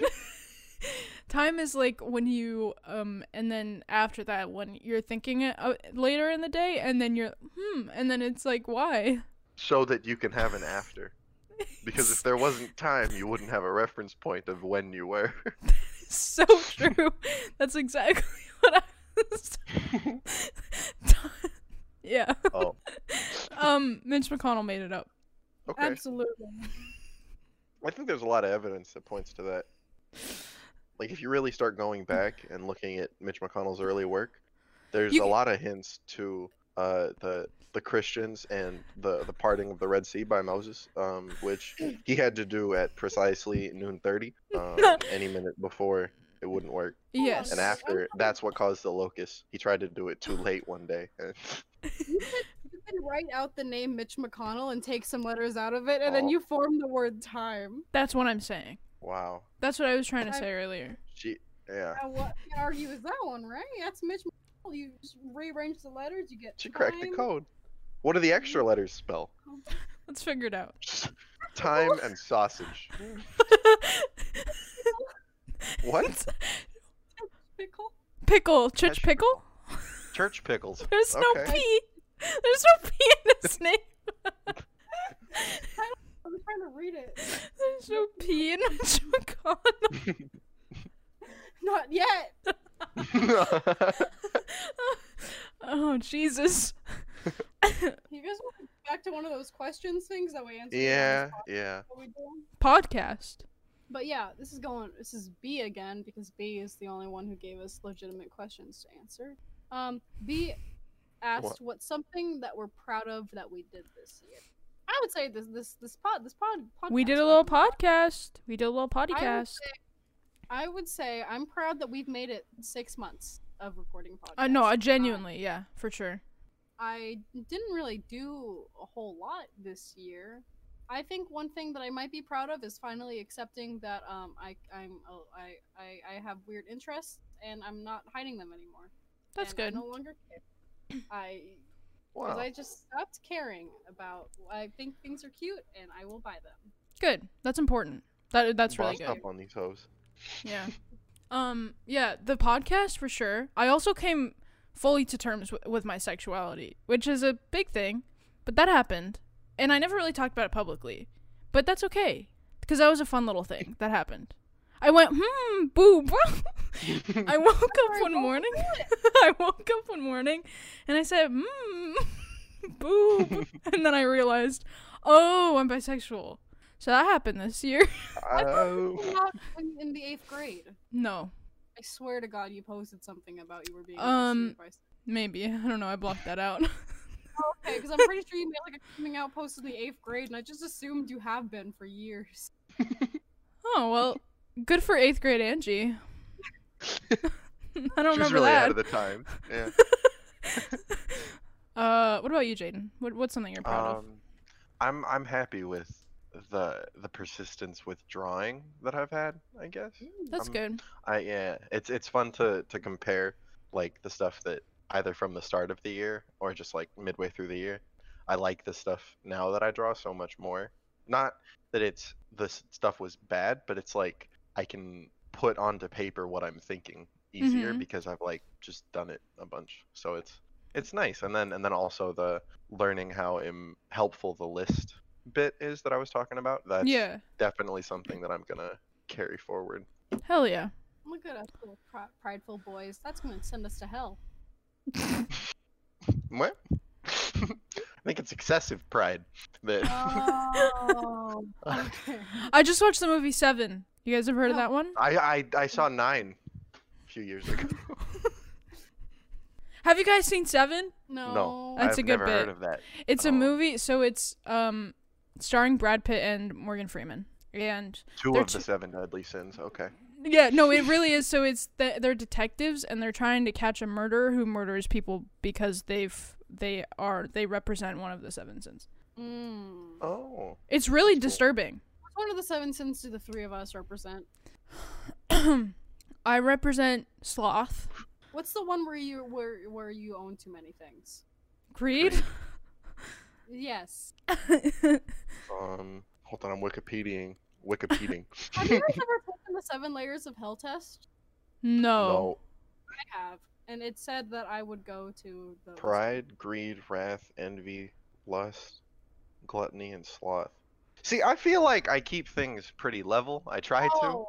A: time is like when you um and then after that when you're thinking it uh, later in the day and then you're hmm and then it's like why
C: So that you can have an after. Because if there wasn't time, you wouldn't have a reference point of when you were.
A: so true that's exactly what i was yeah
C: Oh,
A: um mitch mcconnell made it up
C: okay.
B: Absolutely.
C: I think there's a lot of evidence that points to that. Like, if you really start going back and looking at Mitch McConnell's early work, there's
A: You-
C: a lot of hints to uh, the the Christians and the the parting of the Red Sea by Moses, um, which he had to do at precisely noon thirty. Um, any minute before, it wouldn't work.
A: yes
C: And after, that's what caused the locusts. He tried to do it too late one day. and-
B: You could, you could write out the name Mitch McConnell and take some letters out of it, and then
C: Oh.
B: you form the word time.
A: that's what i'm saying
C: wow.
A: that's what i was trying to
B: I-
A: say earlier
C: She. Yeah.
B: Now, what you can argue is that one, right? That's Mitch McConnell. You just rearrange the letters, you get.
C: She cracked the
B: time.
C: code. What do the extra letters spell?
A: let's figure it out
C: Time and sausage. What?
B: Pickle.
A: pickle church
C: Church
A: pickle
C: Church pickles.
A: there's no
C: Okay.
A: p there's no p in this name
B: I'm trying to read it.
A: There's no P in Mitch McConnell.
B: Not yet.
A: oh Jesus.
B: You guys want to go back to one of those questions things that we answered. on this
C: yeah,
B: pod-
C: yeah.
B: that we did?
A: Podcast.
B: But yeah, this is going. This is B again because B is the only one who gave us legitimate questions to answer. Um, B asked
C: What?
B: what's something that we're proud of that we did this year. I would say this this this pod this pod podcast
A: We did a little
B: one.
A: podcast. We did a little
B: I would,
A: podcast.
B: say, I would say I'm proud that we've made it six months of recording podcast.
A: Uh, no, uh, genuinely, yeah, for sure.
B: I didn't really do a whole lot this year. I think one thing that I might be proud of is finally accepting that um, I I'm a, I, I I have weird interests and I'm not hiding them anymore.
A: That's
B: And I
A: good.
B: no longer care. I because
C: Wow.
B: I just stopped caring about. I think things are cute and I will buy them.
A: Good. That's important. That that's really
C: Bossed
A: good.
C: up on these hoes.
A: Yeah. Um yeah, the podcast for sure. I also came fully to terms w- with my sexuality, which is a big thing, but that happened and I never really talked about it publicly. But that's okay because that was a fun little thing that happened. I went, "Hmm, boob." I woke up one morning. I woke up one morning and I said, "Hmm, boob." and then I realized, "Oh, I'm bisexual." So that happened this year.
C: Oh.
B: Not in, in the eighth grade.
A: no.
B: I swear to God, you posted something about you were being
A: Um,
B: um.
A: Maybe. I don't know. I blocked that out.
B: Okay, because I'm pretty sure you made like a coming out post in the eighth grade, and I just assumed you have been for years.
A: oh, well, good for eighth grade Angie. I don't
C: She was
A: remember
C: really
A: that.
C: out of the time. Yeah.
A: uh, what about you, Jaden? What, what's something you're proud of?
C: Um, I'm I'm happy with the the persistence with drawing that I've had. I guess.
A: That's
C: um,
A: good.
C: I yeah, it's it's fun to to compare like the stuff that either from the start of the year or just like midway through the year. I like the stuff now that I draw so much more. Not that it's this stuff was bad, but it's like I can put onto paper what I'm thinking easier
A: Mhm.
C: because I've like just done it a bunch. So it's it's nice. And then and then also the learning how im- helpful the list bit is that I was talking about. That's
A: Yeah.
C: definitely something that I'm gonna carry forward.
A: Hell yeah.
B: Look at us, little pr- prideful boys. That's gonna send us to hell.
C: What? I think it's excessive pride. That
B: Oh. okay.
A: I just watched the movie Seven. You guys have heard of
B: No.
A: that one?
C: I, I I saw nine a few years ago.
A: Have you guys seen Seven?
B: No.
A: That's
C: I've
A: a good
C: never
A: bit.
C: heard of that.
A: It's
C: Oh.
A: a movie, so it's um starring Brad Pitt and Morgan Freeman. And
C: Two
A: They're
C: of the
A: two-
C: seven deadly sins. Okay.
A: yeah, no, it really is. So it's th- they're detectives and they're trying to catch a murderer who murders people because they've they are they represent one of the seven sins.
B: Mm.
C: Oh.
A: It's really
C: That's cool.
A: disturbing.
B: Which one of the seven sins do the three of us represent?
A: I I represent sloth.
B: What's the one where you where where you own too many things?
A: Greed.
B: Yes.
C: Um, hold on, I'm Wikipediaing. Wikipediaing.
B: Have you guys ever taken the seven layers of hell test?
A: no.
C: no,
B: I have, and it said that I would go to the
C: pride, greed, wrath, envy, lust, gluttony, and sloth. See, I feel like I keep things pretty level. I try to.
B: Oh,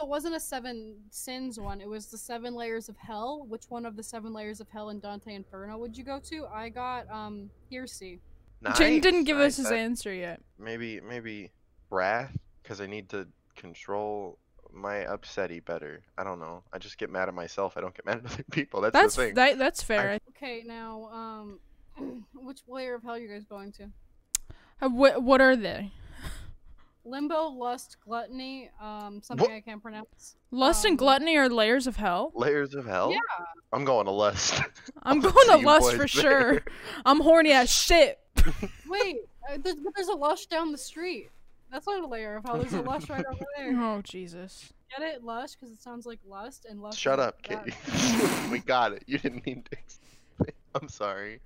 B: so it wasn't a seven sins one. It was the seven layers of hell. Which one of the seven layers of hell in Dante Inferno would you go to? I got um heresy.
A: Jane didn't
C: Nice,
A: give
C: nice,
A: us his
C: that-
A: answer yet.
C: Maybe, maybe wrath, because I need to control my upsetty better. I don't know. I just get mad at myself. I don't get mad at other people. That's,
A: That's
C: the thing.
A: that, that's fair.
B: Okay, now um, which layer of hell you guys going to?
A: Uh, wh- what are they?
B: Limbo, lust, gluttony, um, something I can't pronounce.
A: Lust and
B: Um,
A: gluttony are layers of hell.
C: Layers of hell.
B: Yeah.
C: I'm going to lust.
A: I'm
C: I'll
A: going
C: see
A: to
C: you
A: lust
C: boys
A: for
C: there.
A: sure. I'm horny as shit.
B: Wait, uh, there's, but there's a lush down the street. That's not a layer of hell. There's a lush right over there.
A: Oh Jesus.
B: Get it, lush, because it sounds like lust and lust.
C: Shut
B: is
C: up,
B: bad.
C: Katie. we got it. You didn't need to. explain. I'm sorry.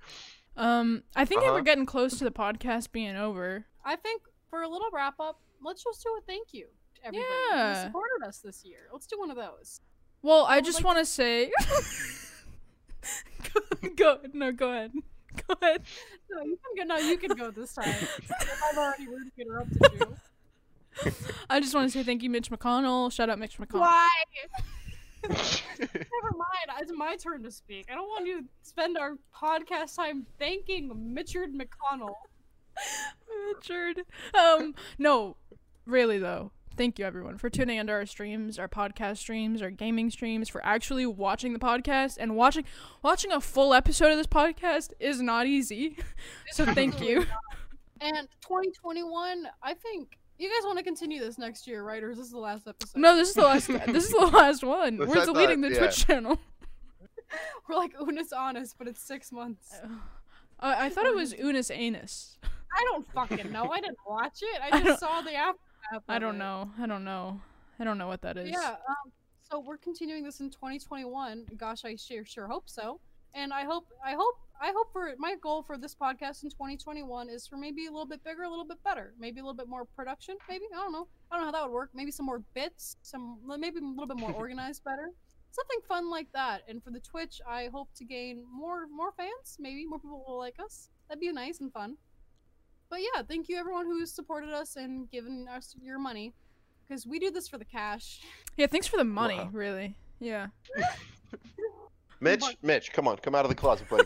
A: Um, I think that we're
C: Uh-huh.
A: getting close to the podcast being over.
B: I think for a little wrap up, let's just do a thank you to everybody
A: Yeah.
B: who supported us this year. Let's do one of those.
A: Well, I
B: would
A: just
B: like
A: want to say. go no, go ahead, go ahead.
B: No, you can go. No, you can go this time. I've already rudely interrupted you.
A: I just want to say thank you, Mitch McConnell. Shout out Mitch McConnell.
B: Never mind. It's my turn to speak. I don't want you to spend our podcast time thanking Richard McConnell.
A: Richard. Um, no, really though. Thank you everyone for tuning into our streams, our podcast streams, our gaming streams, for actually watching the podcast and watching watching a full episode of this podcast is not easy. So thank you.
B: And 2021, I think you guys want to continue this next year, right? Or is this the last episode?
A: No, this is the last this is the last one.
C: Yes,
A: We're
C: I
A: deleting
C: thought-
A: the
C: yeah.
A: Twitch channel.
B: We're like Unis Honest, but it's six months.
A: Uh, I thought it was Unis Anus.
B: I don't fucking know. I didn't watch it.
A: I
B: I
A: don't-
B: just saw the aftermath.
A: I
B: of
A: don't
B: it.
A: know. I don't know. I don't know what that is.
B: Yeah. Um, so we're continuing this in 2021. Gosh, I sure sure hope so. And I hope I hope I hope for my goal for this podcast in 2021 is for maybe a little bit bigger, a little bit better, maybe a little bit more production. Maybe I don't know. I don't know how that would work. Maybe some more bits, some maybe a little bit more organized, better. Something fun like that. And for the Twitch, I hope to gain more more fans. Maybe more people will like us. That'd be nice and fun. But yeah, thank you everyone who's supported us and given us your money, because we do this for the cash.
A: Yeah, thanks for the money,
C: Wow.
A: really. Yeah.
C: Mitch, Mitch, come on, come out of the closet, buddy.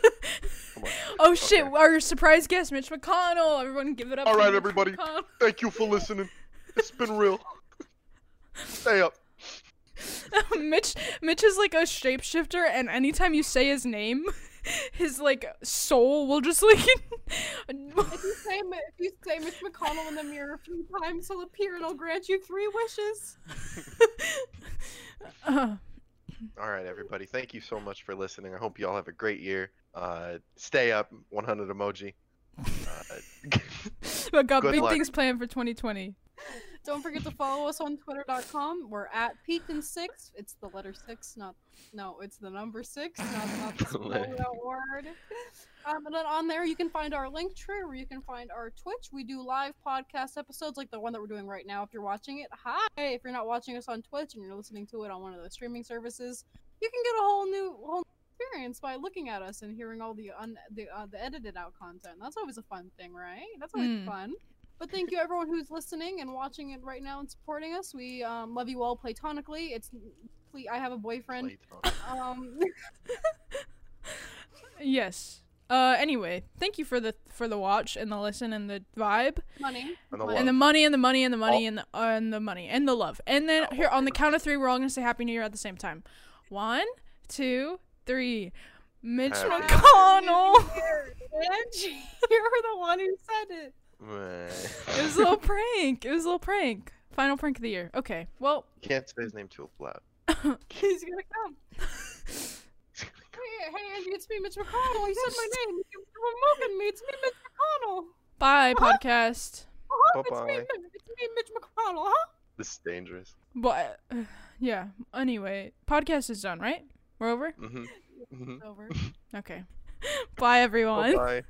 C: Come on.
A: Oh shit,
C: Okay.
A: our surprise guest, Mitch McConnell. Everyone give it up.
C: All
A: for
C: right,
A: Mitch
C: everybody.
A: McConnell.
C: Thank you for listening. It's been real. Stay up.
A: Mitch Mitch is like a shapeshifter and anytime you say his name, his like soul will just like
B: If you say Mi- if you say Mitch McConnell in the mirror a few times, he'll appear and he'll grant you three wishes.
A: Uh,
C: All right, everybody. Thank you so much for listening. I hope you all have a great year. Uh, stay up. 100 emoji. Uh,
A: but got
C: Good
A: big
C: luck.
A: things planned for 2020.
B: Don't forget to follow us on twitter.com. We're at Peak and Six. It's the letter six, not no, it's the number six, not, not the spelled out word. Um, and then on there you can find our link tree where you can find our Twitch. We do live podcast episodes like the one that we're doing right now. If you're watching it, hi. If you're not watching us on Twitch and you're listening to it on one of the streaming services, you can get a whole new whole new experience by looking at us and hearing all the un, the uh, the edited out content. That's always a fun thing, right? That's always
A: Mm.
B: fun. But thank you everyone who's listening and watching it right now and supporting us. We um, love you all platonically. It's ple- I have a boyfriend. Um,
A: Yes. Uh anyway, thank you for the for the watch and the listen and the vibe.
B: money.
C: And the
B: Money.
A: And the
C: Love.
A: money and the money and the money and the uh, and the money and the love. And then here on the count of three, we're all gonna say Happy New Year at the same time. One, two, three. Mitch
C: Happy New Year.
A: McConnell.
B: Angie, you're the one who said it.
A: it was a little prank. It was a little prank. Final prank of the year. Okay. Well,
C: Can't say his name too loud.
B: He's gonna come. Hey, hey, Angie, it's me, Mitch McConnell. You said my name. You were mocking me. It's me, Mitch McConnell.
A: bye podcast.
B: Uh-huh, it's me,
C: Bye-bye.
B: Mi- it's me, Mitch McConnell, huh?
C: This is dangerous.
A: But yeah. Anyway, podcast is done, right? We're over.
C: Mm-hmm. hmm
B: It's over.
A: Okay. Bye, everyone.
C: Bye.